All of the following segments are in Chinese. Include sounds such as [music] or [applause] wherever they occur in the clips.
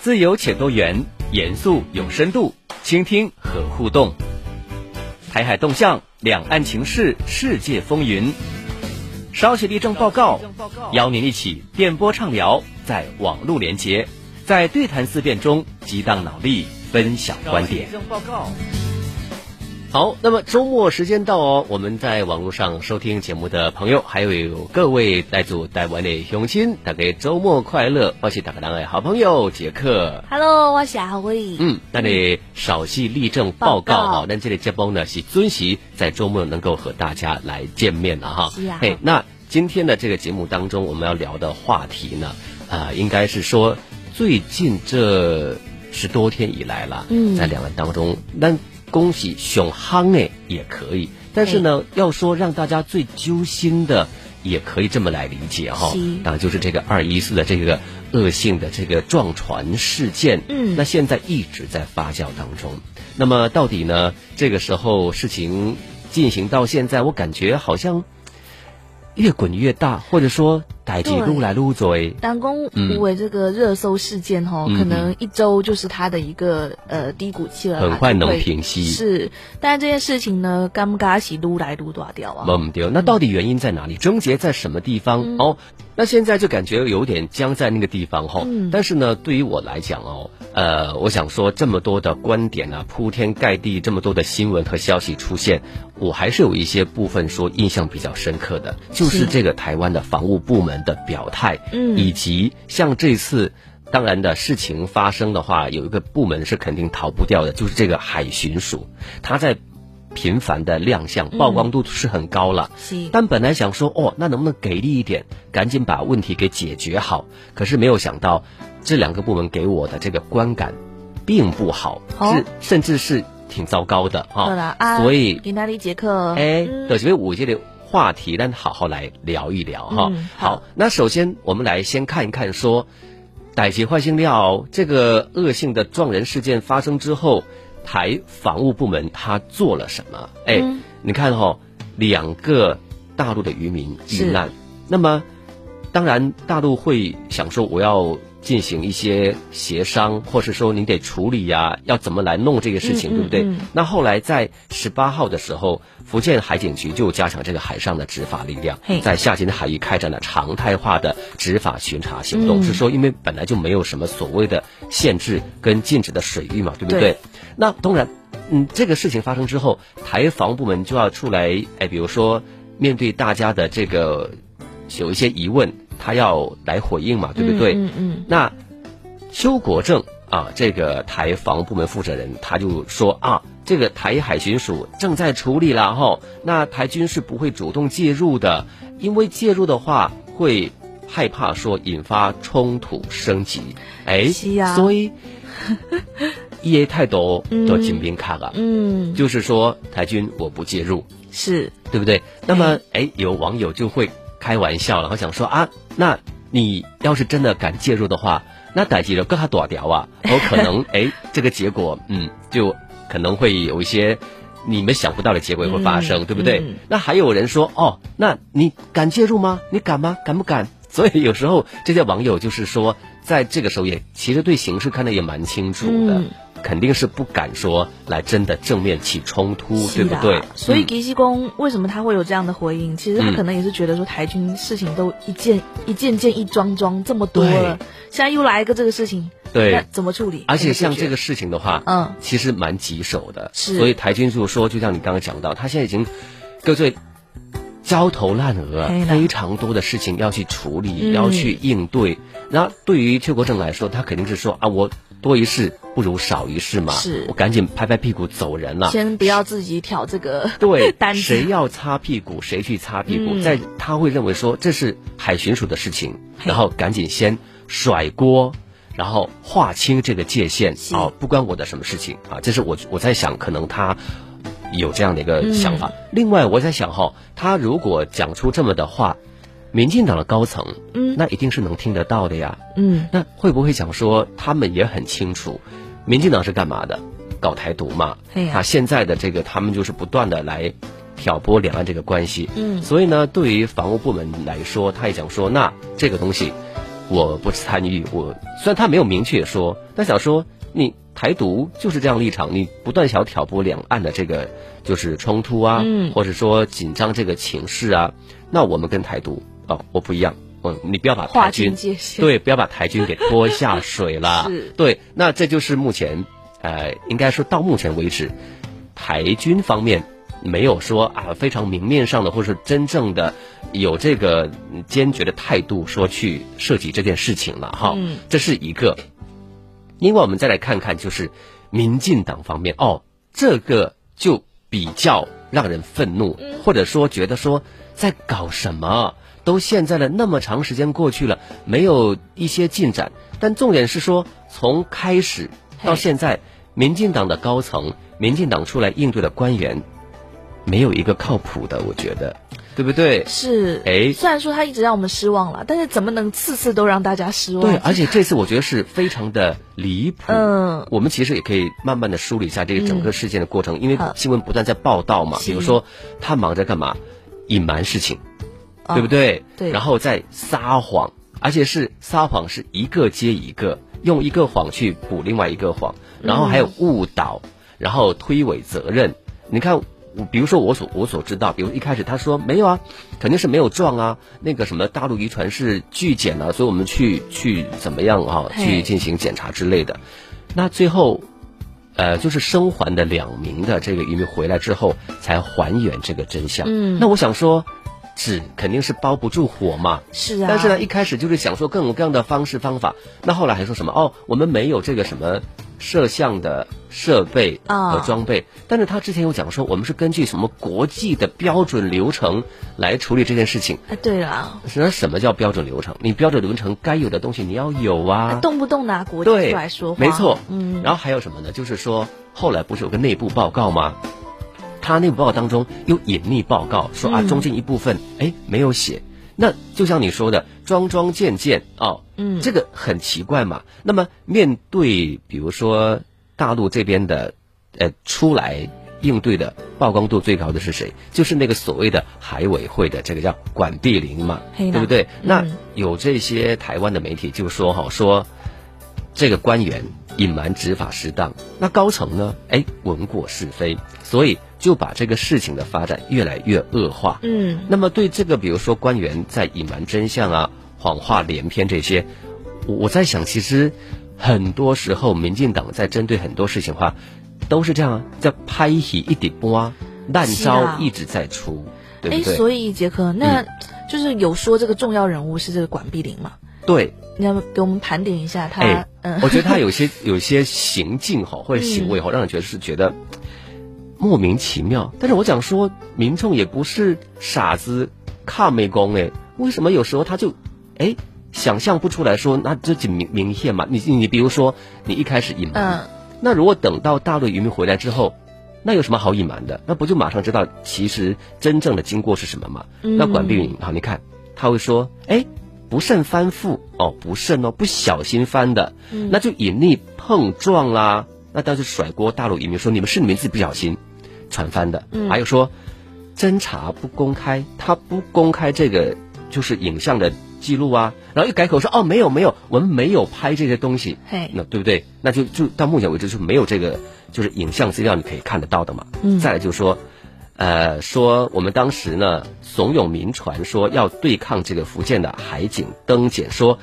自由且多元，严肃有深度，倾听和互动。台海动向，两岸情势，世界风云。稍写立正报告，邀您一起电波畅聊，在网络连接，在对谈思辨中激荡脑力，分享观点。好，那么周末时间到哦，我们在网络上收听节目的朋友，还有各位在驻台湾的乡亲，大家周末快乐！我是大家的好朋友杰克。 Hello，我是阿辉。嗯，那你少系立正报告报告哈，那这里接帮呢是遵循在周末能够和大家来见面了哈。是啊嘿，那今天的这个节目当中，我们要聊的话题呢，啊、应该是说最近这十多天以来啦，嗯在两岸当中，那恭喜熊夯哎也可以，但是呢，要说让大家最揪心的。也可以这么来理解哈、是当然啊就是这个二一四的这个恶性的这个撞船事件，嗯那现在一直在发酵当中。那么到底呢？这个时候事情进行到现在，我感觉好像越滚越大，或者说逮起对撸来撸嘴。当公嗯无为这个热搜事件哦，嗯可能一周就是他的一个呃低谷期了啦，很快能就会平息是，但这件事情呢，尴尬起撸来撸多掉啊。懵丢，那到底原因在哪里？症结在什么地方？嗯哦，那现在就感觉有点僵在那个地方哈、嗯但是呢，对于我来讲哦，呃，我想说这么多的观点啊，铺天盖地，这么多的新闻和消息出现，我还是有一些部分说印象比较深刻的，就是是这个台湾的防务部门的表态，嗯以及像这次。当然的事情发生的话，有一个部门是肯定逃不掉的，就是这个海巡署，他在频繁的亮相，曝光度是很高了。是，但本来想说，哦，那能不能给力一点，赶紧把问题给解决好？可是没有想到，这两个部门给我的这个观感，并不好，哦是甚至是挺糟糕的啊。对啦啊，所以，给那里杰克，哎，嗯对，所以我这个话题，咱好好来聊一聊哈、嗯好好，那首先我们来先看一看说，逮起坏心料这个恶性的撞人事件发生之后，台防务部门他做了什么？哎，嗯你看哈、哦，两个大陆的渔民遇是难，那么当然大陆会想说我要。进行一些协商，或是说您得处理呀、要怎么来弄这个事情，嗯对不对？嗯嗯那后来在十八号的时候，福建海警局就加强这个海上的执法力量嘿，在下潜海域开展了常态化的执法巡查行动。嗯是说，因为本来就没有什么所谓的限制跟禁止的水域嘛，对不对？对那当然，嗯，这个事情发生之后，台防部门就要出来，哎，比如说面对大家的这个有一些疑问，他要来回应嘛，对不对？嗯嗯那邱国正啊，这个台防部门负责人，他就说啊，这个台海巡署正在处理了哈，那台军是不会主动介入的，因为介入的话会害怕说引发冲突升级，哎，是啊所 [laughs] 以一 A 态度都嗯金兵卡了，嗯嗯，就是说台军我不介入，是，对不对？那么，哎，有网友就会开玩笑了，我想说啊，那你要是真的敢介入的话，那逮起了跟他多条啊，有可 [laughs] 能哎，这个结果，嗯，就可能会有一些你们想不到的结果会发生，嗯对不对？嗯那还有人说，哦，那你敢介入吗？你敢吗？敢不敢？ [laughs] 所以有时候这些网友就是说，在这个时候也其实对形势看得也蛮清楚的，嗯肯定是不敢说来真的正面起冲突，是对不啦对？所以嗯吉西公为什么他会有这样的回应？其实他嗯可能也是觉得说台军事情都一件一件件一桩桩这么多了，现在又来一个这个事情，对那怎么处理？而且像怎么解这决个事情的话，嗯，其实蛮棘手的。是所以台军就说，就像你刚刚讲到，他现在已经各最焦头烂额嘿，啦非常多的事情要去处理，嗯要去应对。那对于邱国正来说，他肯定是说啊，我多一事不如少一事嘛，是我赶紧拍拍屁股走人了。先不要自己挑这个啊 [laughs] 对， [laughs] 单子谁要擦屁股，谁去擦屁股，嗯在他会认为说这是海巡署的事情，嘿然后赶紧先甩锅。然后划清这个界限是哦，不关我的什么事情啊！这是我我在想，可能他有这样的一嗯个想法。另外，我在想哈、他如果讲出这么的话，民进党的高层，嗯那一定是能听得到的呀。嗯，那会不会讲说他们也很清楚，民进党是干嘛的？搞台独嘛。哎呀啊，现在的这个他们就是不断的来挑拨两岸这个关系。嗯所以呢，对于防务部门来说，他也讲说，那这个东西我不参与。我虽然他没有明确说，但想说你台独就是这样立场，你不断想要挑拨两岸的这个就是冲突啊，嗯或者说紧张这个情势啊，那我们跟台独哦，我不一样。嗯，你不要把划台清军界限。，对，不要把台军给拖下水了是。对，那这就是目前，呃，应该说到目前为止，台军方面没有说啊非常明面上的，或是真正的有这个嗯坚决的态度说去涉及这件事情了哈。嗯这是一个。另外，我们再来看看就是民进党方面哦，这个就比较让人愤怒，或者说觉得说在搞什么？都现在了，那么长时间过去了，没有一些进展。但重点是说，从开始到嘿现在，民进党的高层、民进党出来应对的官员，没有一个靠谱的，我觉得，对不对？是。哎虽然说他一直让我们失望了，但是怎么能次次都让大家失望？对，啊而且这次我觉得是非常的离谱。嗯我们其实也可以慢慢的梳理一下这个整个事件的过程，因为好新闻不断在报道嘛。是比如说，他忙着干嘛？隐瞒事情，啊对不？对？对然后再撒谎，而且是撒谎是一个接一个，用一个谎去补另外一个谎，嗯然后还有误导，然后推诿责任。你看。我比如说我所我所知道，比如一开始他说没有啊，肯定是没有撞啊，那个什么大陆渔船是拒检了、所以我们去去怎么样啊，嘿去进行检查之类的。那最后，呃，就是生还的两名的这个渔民回来之后，才还原这个真相。嗯那我想说，纸肯定是包不住火嘛。是啊。但是呢，一开始就是想说各种各样的方式方法，那后来还说什么哦，我们没有这个什么摄像的设备啊和装备，但是他之前有讲说我们是根据什么国际的标准流程来处理这件事情。哎，对了，那什么叫标准流程？你标准流程该有的东西你要有啊。动不动拿国际对，出来说话，没错。嗯，然后还有什么呢？就是说，后来不是有个内部报告吗？他内部报告当中有隐匿报告，说啊，嗯中间一部分哎没有写。那就像你说的，桩桩件件哦，嗯这个很奇怪嘛。那么面对比如说大陆这边的，呃，出来应对的曝光度最高的是谁？就是那个所谓的海委会的这个叫管碧玲嘛，嘿对呐不对？嗯那有这些台湾的媒体就说哈、说这个官员隐瞒执法失当，那高层呢？哎，闻过是非，所以就把这个事情的发展越来越恶化。嗯，那么对这个，比如说官员在隐瞒真相啊、谎话连篇这些，我我在想，其实很多时候民进党在针对很多事情的话，都是这样啊，叫拍戏一底波啊，烂是啊招一直在出，对哎，不对？嗯所以杰克，那就是有说这个重要人物是这个管碧玲嘛？对，你要不给我们盘点一下他哎，嗯，我觉得他有些 [laughs] 有些行径哈，或者行为哈，让人觉得是觉得莫名其妙。但是我想说，民众也不是傻子，看美工哎，为什么有时候他就哎想象不出来说，那这就明明显嘛？你你你比如说，你一开始隐瞒，嗯那如果等到大陆渔民回来之后。那有什么好隐瞒的？那不就马上知道其实真正的经过是什么吗？嗯那管碧云好，你看他会说，哎，不慎翻覆哦，不慎哦，不小心翻的，那就隐匿碰撞啦。那当时甩锅大陆移民说你们是你们自己不小心船翻的，还有说侦查不公开，他不公开这个就是影像的记录啊，然后又改口说哦没有没有，我们没有拍这些东西，嘿，那对不对？那就就到目前为止就没有这个就是影像资料你可以看得到的嘛。嗯再来就是说，呃，说我们当时呢怂恿民船说要对抗这个福建的海警登检，说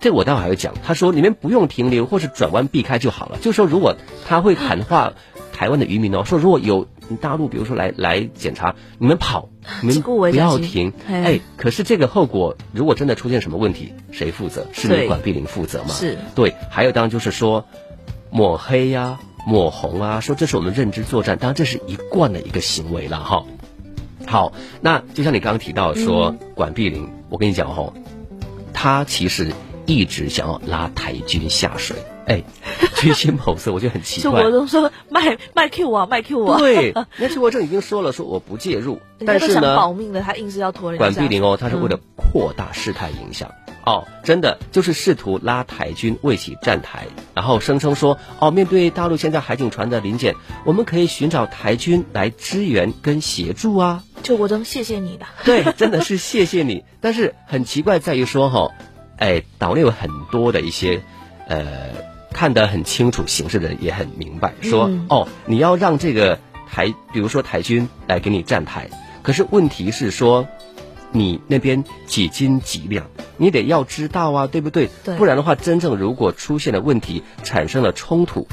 这我待会还会讲。他说你们不用停留或是转弯避开就好了。就说如果他会喊话台湾的渔民哦，说如果有大陆比如说来来检查，你们跑，你们自顾为不战要机停。哎哎，可是这个后果如果真的出现什么问题，谁负责？是你对管碧玲负责吗？是对，还有当然就是说抹黑呀、抹红啊，说这是我们认知作战，当然这是一贯的一个行为了哈。好，那就像你刚刚提到嗯说、管碧玲，我跟你讲哈、他其实一直想要拉台军下水，哎，居心叵测，我觉得很奇就 [laughs] 怪国。中说卖卖 Q 我啊，卖 Q 我啊，对，那邱国正已经说了，说我不介入， [laughs] 人家但都是想呢，保命的，他硬是要拖人家。管碧玲哦，他是为了扩大事态影响。哦，真的就是试图拉台军为其站台，然后声称说，哦，面对大陆现在海警船的临检，我们可以寻找台军来支援跟协助啊。 [laughs] 邱国正，谢谢你的，对，真的是谢谢你。但是很奇怪在于说哈、哦，哎，岛内有很多的一些呃看得很清楚形势的人也很明白，说、嗯哦，你要让这个台，比如说台军来给你站台，可是问题是说。你那边几斤几两，你得要知道啊，对不对？对不然的话，真正如果出现了问题，产生了冲突，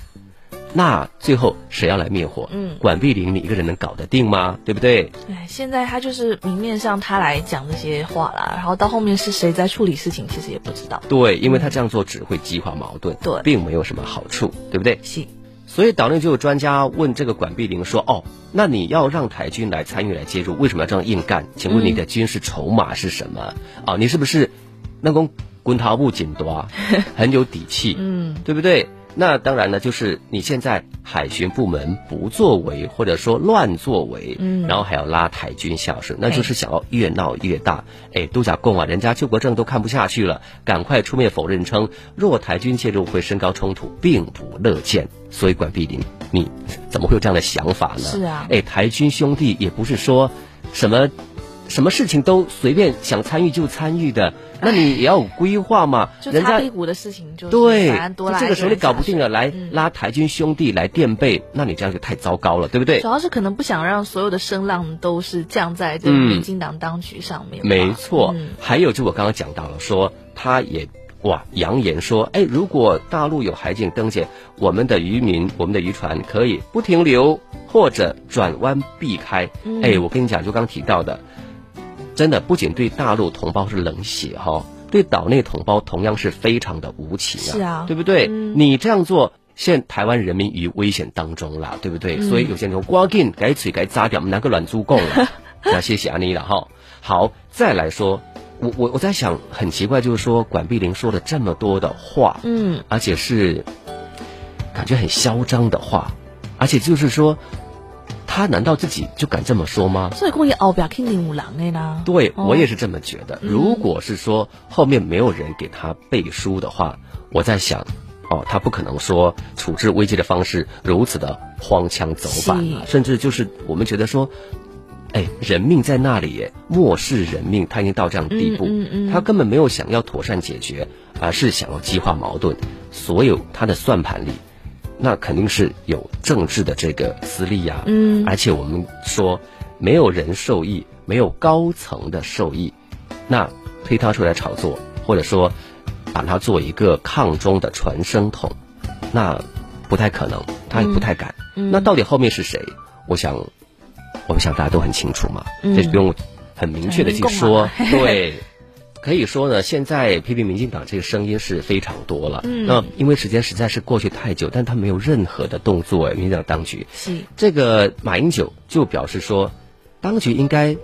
那最后谁要来灭火？嗯管碧玲，你一个人能搞得定吗？对不对？哎，现在他就是明面上他来讲这些话啦，然后到后面是谁在处理事情，其实也不知道。对，因为他这样做只会激化矛盾，对并没有什么好处，对不对？是，所以岛内就有专家问这个管碧玲说：“哦，那你要让台军来参与来介入，为什么要这样硬干？请问你的军事筹码是什么？啊，你是不是那公滚桃木紧多，啊很有底气？ [laughs] 嗯，对不对？那当然呢，就是你现在海巡部门不作为，或者说乱作为，嗯然后还要拉台军下水，那哎就是想要越闹越大。哎，度假贡啊，人家救国正都看不下去了，赶快出面否认称，若台军介入会升高冲突，并不乐见。所以管碧林，你怎么会有这样的想法呢？是啊哎，台军兄弟也不是说什么。什么事情都随便想参与就参与的，那你也要有规划嘛。就人擦家屁股的事情就是，对反正，多就来这个时候你搞不定啊了，来嗯拉台军兄弟来垫背，那你这样就太糟糕了，对不对主？要是可能不想让所有的声浪都是降在这个嗯民进党当局上面吧。没错嗯，还有就我刚刚讲到了，说他也哇扬言说，哎，如果大陆有海警登检，我们的渔民、我们的渔船可以不停留或者转弯避开。嗯哎，我跟你讲，就刚提到的，真的不仅对大陆同胞是冷血哈、对岛内同胞同样是非常的无情啊，是啊对不对？嗯你这样做。现台湾人民于危险当中啦，对不对？嗯所以有些人说，赶紧改嘴改扎掉，我们拿个软猪供了。 [laughs] 那谢谢安妮了哈。好，再来说，我我我在想，很奇怪，就是说管碧玲说了这么多的话，嗯，而且是感觉很嚣张的话，而且就是说，他难道自己就敢这么说吗？所以故意熬表 King 领五郎的呢。对，哦嗯我也是这么觉得。如果是说后面没有人给他背书的话，我在想，哦，他不可能说处置危机的方式如此的荒腔走板啊，是甚至就是我们觉得说，哎，人命在那里耶，漠视人命，他已经到这样的地步，嗯嗯嗯他根本没有想要妥善解决，而是想要激化矛盾。所有他的算盘里，那肯定是有政治的这个私利呀、嗯而且我们说没有人受益，没有高层的受益，那推他出来炒作，或者说把它做一个抗中的传声筒，那不太可能，他也不太敢。嗯那到底后面是谁？我想，我们想大家都很清楚嘛，嗯这是不用很明确的去说，很明共嘛对。 [laughs] 可以说呢，现在批评民进党这个声音是非常多了。嗯那因为时间实在是过去太久，但他没有任何的动作，哎民进党当局。是，这个马英九就表示说，当局应该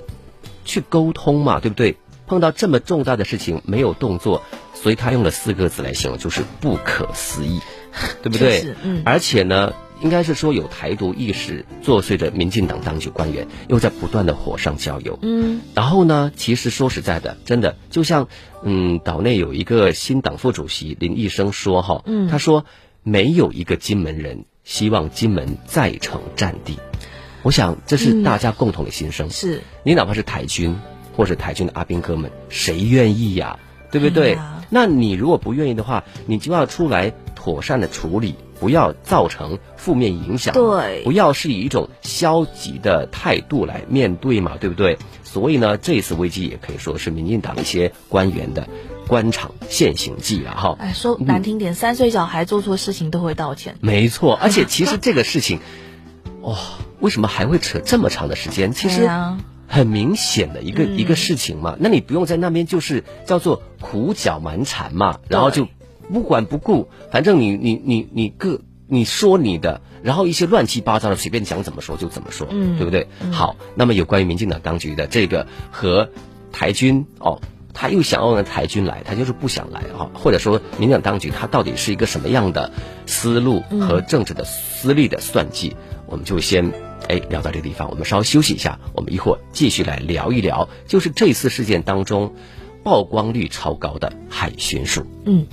去沟通嘛，对不对？碰到这么重大的事情没有动作，所以他用了四个字来形容，就是不可思议， [laughs] 对不对？确实嗯而且呢，应该是说有台独意识作祟的民进党当局官员又在不断的火上浇油。嗯，然后呢，其实说实在的，真的就像嗯，岛内有一个新党副主席林义生说哈，嗯他说没有一个金门人希望金门再成战地，我想这是大家共同的心声。是，你哪怕是台军或者台军的阿兵哥们，谁愿意呀、对不对？哎呀那你如果不愿意的话，你就要出来妥善的处理，不要造成负面影响，对不要是以一种消极的态度来面对嘛，对不对？所以呢，这次危机也可以说是民进党一些官员的官场现形记了哈。哎，说嗯难听点，三岁小孩做错事情都会道歉。没 [laughs] 错，而且其实这个事情，哇、为什么还会扯这么长的时间？其哎实呀很明显的一个、嗯一个事情嘛，那你不用在那边就是叫做苦搅蛮缠嘛，然后就不管不顾，反正你你你你各你说你的，然后一些乱七八糟的随便想怎么说就怎么说，嗯对不对？好，那么有关于民进党当局的这个和台军哦。他又想要让台军来，他就是不想来啊，或者说民进党当局他到底是一个什么样的思路嗯和政治的私利的算计，我们就先哎聊到这个地方，我们稍休息一下，我们一会儿继续来聊一聊，就是这次事件当中曝光率超高的海巡署。嗯，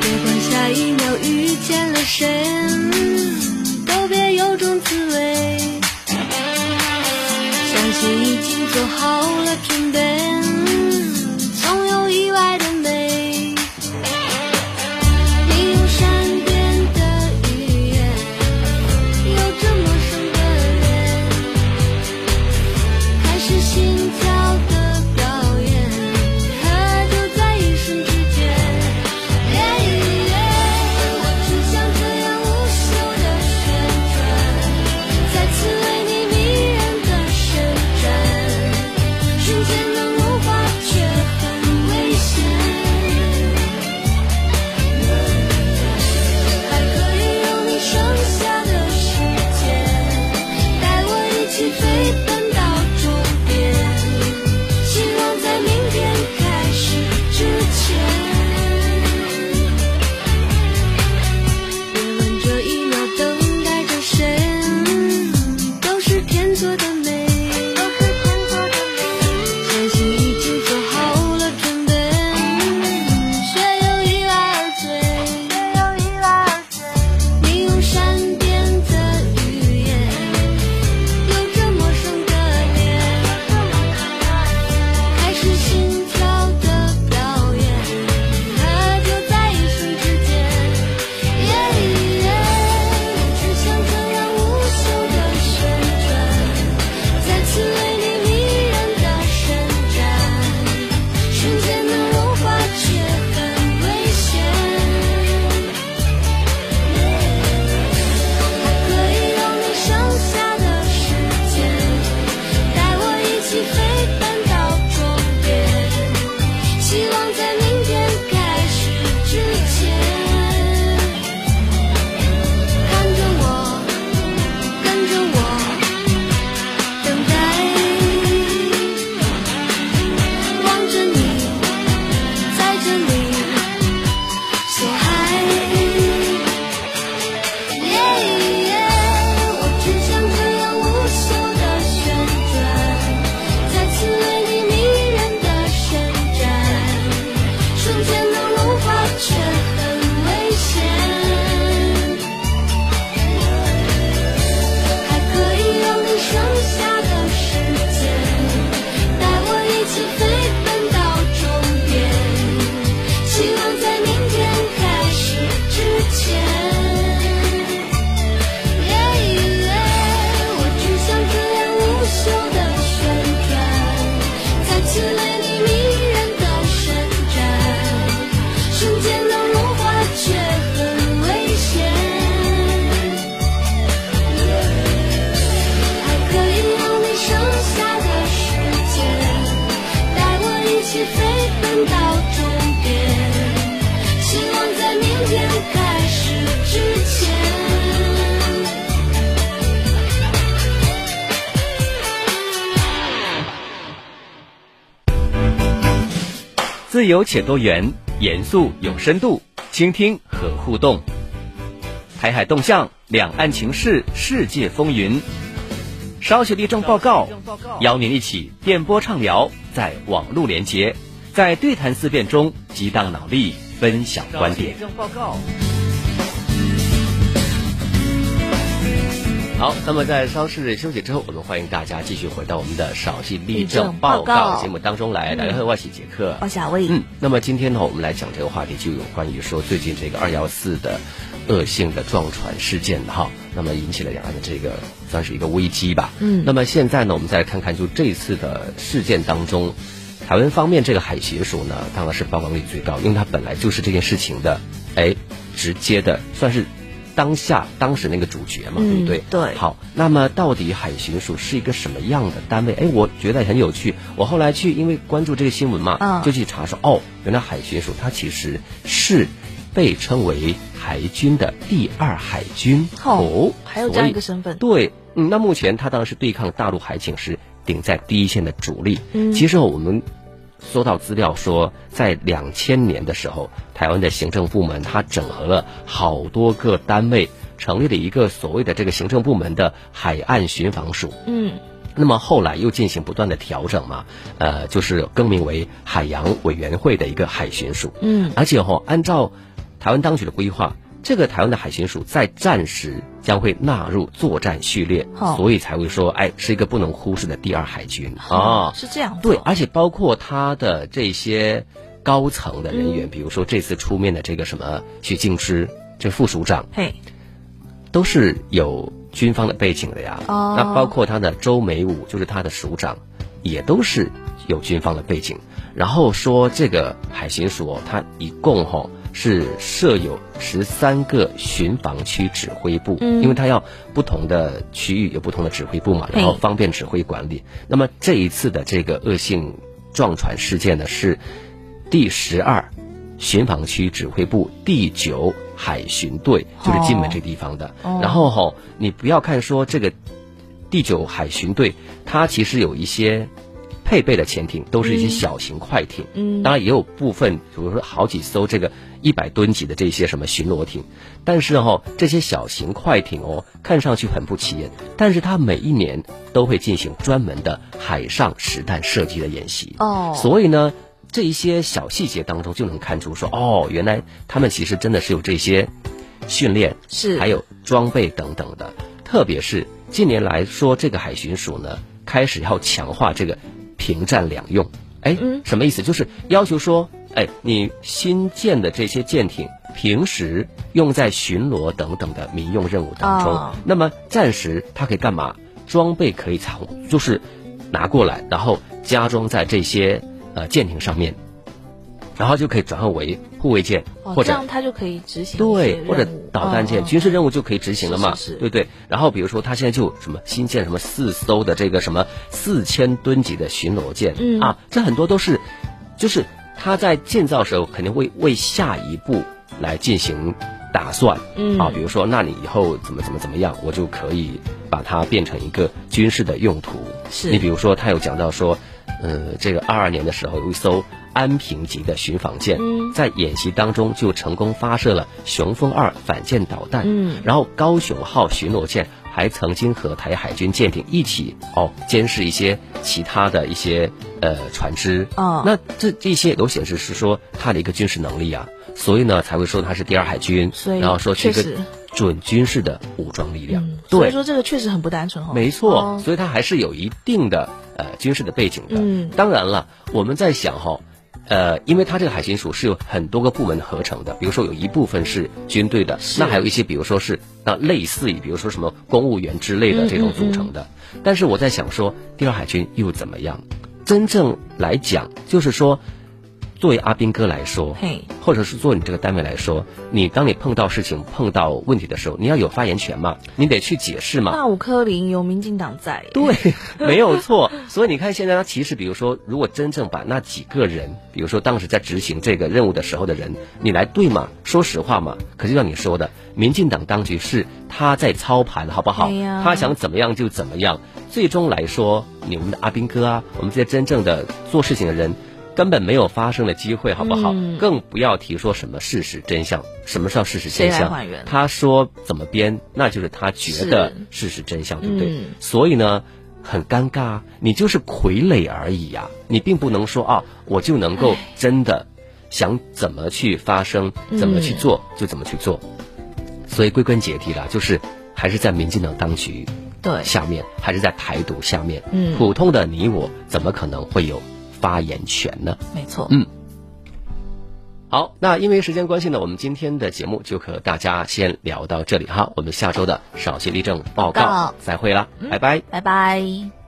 别管下一秒遇见了谁，某种滋味。相信已经做好了准备，总有意外的美。你用善变的语言，有着陌生的脸，开始心跳的表演，它就在一瞬之间。我只想这样无休的旋转，再次为你迷人的伸展，瞬间的魔法却很危险。还可以用你剩下的时间，带我一起飞奔到终点。希望在明天开始之前，别问这一秒等待着谁，都是天作的美。相信已经做好了准备，却又意外而醉。你用善变的语言，有着陌生的脸，开始心跳的表演，它就在一瞬之间。耶耶，我只想这样无休的旋转，再次为你迷人的伸展，瞬间的融化却很危险。还可以用你剩下的时间，带我一起飞奔到终点。希望在明天开始之前，跟着我，跟着我，等待，望着你，在这里所爱。耶耶，我只想这样无休的旋转，再次为你迷人的伸展，瞬间的融化却很危险。还可以用你剩下的时间，带我一起飞奔到终点，希望在明天开始之前。耶耶，我只想这样无休的旋转，再次为你迷人的伸展，瞬间的融化却很危险。还可以用你剩下的时间，带我一起飞奔到终点，希望在明天开始之前。自由且多元，严肃有深度，倾听和互动。台海动向，两岸情势，世界风云。稍息立正报告，邀您一起电波畅聊，在网络连接，在对谈思辨中激荡脑力，分享观点。好，那么在稍事休息之后，我们欢迎大家继续回到我们的稍息立正报立正报告告节目当中来。大家好，我是杰克，我小魏，嗯，那么今天呢，我们来讲这个话题，就有关于说最近这个二幺四的恶性的撞船事件哈，那么引起了两岸的这个算是一个危机吧。嗯那么现在呢，我们再来看看，就这次的事件当中，台湾方面这个海协署呢，当然是曝光率最高，因为它本来就是这件事情的，哎，直接的算是当下当时那个主角嘛，对嗯不对？对好，那么到底海巡署是一个什么样的单位？哎，我觉得很有趣。我后来去因为关注这个新闻嘛，嗯就去查说，哦，原来海巡署它其实是被称为海军的第二海军哦还有这样一个所以身份对，嗯，那目前它当然是对抗大陆海警时顶在第一线的主力。嗯其实我们搜到资料说，在两千年的时候，台湾的行政部门它整合了好多个单位，成立了一个所谓的这个行政部门的海岸巡防署。嗯，那么后来又进行不断的调整嘛，呃，就是更名为海洋委员会的一个海巡署。嗯，而且哈、按照台湾当局的规划，这个台湾的海巡署在战时将会纳入作战序列，哦所以才会说，哎，是一个不能忽视的第二海军啊。是这样子对，哦而且包括他的这些高层的人员，比如说这次出面的这个什么许敬之，这副署长嘿，都是有军方的背景的呀。哦那包括他的周美武，就是他的署长，也都是有军方的背景。然后说这个海巡署哦，它一共哈、是设有十三个巡防区指挥部，嗯因为它要不同的区域有不同的指挥部嘛，嘿然后方便指挥管理。那么这一次的这个恶性撞船事件呢，是第十二巡防区指挥部第九海巡队，就是金门这地方的。哦然后哈、你不要看说这个第九海巡队，它其实有一些配备的潜艇，都是一些小型快艇。嗯当然也有部分，比如说好几艘这个一百吨级的这些什么巡逻艇，但是哦，这些小型快艇哦，看上去很不起眼，但是它每一年都会进行专门的海上实弹射击的演习。哦，所以呢，这一些小细节当中就能看出说，哦，原来他们其实真的是有这些训练，是还有装备等等的。特别是近年来说，这个海巡署呢开始要强化这个平战两用。哎，嗯什么意思？就是要求说，哎，你新建的这些舰艇。平时用在巡逻等等的民用任务当中，哦那么暂时它可以干嘛？装备可以藏，就是拿过来，然后加装在这些呃舰艇上面，然后就可以转换为护卫舰、哦或这者样他就可以执行一些对，或者任务导弹舰、嗯嗯军事任务就可以执行了嘛，是是是对不对？然后比如说，他现在就有什么新建什么四艘的这个什么四千吨级的巡逻舰、嗯啊，这很多都是，就是他在建造时候肯定会为下一步来进行打算、嗯啊，比如说，那你以后怎么怎么怎么样，我就可以把它变成一个军事的用途。是你比如说，他有讲到说，呃，这个二二年的时候有一艘安平级的巡防舰，嗯在演习当中就成功发射了雄风二反舰导弹，嗯然后高雄号巡逻舰还曾经和台海军舰艇一起哦监视一些其他的一些呃船只，哦那这这些也都显示是说它的一个军事能力啊，所以呢才会说它是第二海军，所以然后说是一个确实准军事的武装力量，嗯所对，以说这个确实很不单纯哦。没错，哦所以它还是有一定的呃军事的背景的。嗯当然了，我们在想哈、呃，因为它这个海巡署是有很多个部门合成的，比如说有一部分是军队的，是那还有一些比如说是那类似于比如说什么公务员之类嗯的这种嗯组成的。但是我在想说，第二海军又怎么样？真正来讲，就是说，作为阿兵哥来说，嘿，或者是做你这个单位来说，你当你碰到事情、碰到问题的时候，你要有发言权嘛，你得去解释嘛。那五颗零有民进党在，对，没有错。所以你看，现在他其实，比如说，如果真正把那几个人，比如说当时在执行这个任务的时候的人，你来对嘛，说实话嘛。可就像你说的，民进党当局是他在操盘，好不好？哎呀他想怎么样就怎么样。最终来说，你们的阿兵哥啊，我们这些真正的做事情的人。根本没有发生的机会，好不好？嗯更不要提说什么事实真相，什么叫事实谁真来相还原？他说怎么编，那就是他觉得事是实真相，对不对？嗯所以呢，很尴尬啊，你就是傀儡而已呀、你并不能说啊，我就能够真的想怎么去发生，嗯怎么去做、就怎么去做。所以归根结底啦，就是还是在民进党当局对，下面，还是在台独下面，嗯普通的你我怎么可能会有发言权呢？没错。嗯好，那因为时间关系呢，我们今天的节目就和大家先聊到这里哈，我们下周的少些立正报报告嗯告再会啦，拜拜。拜拜。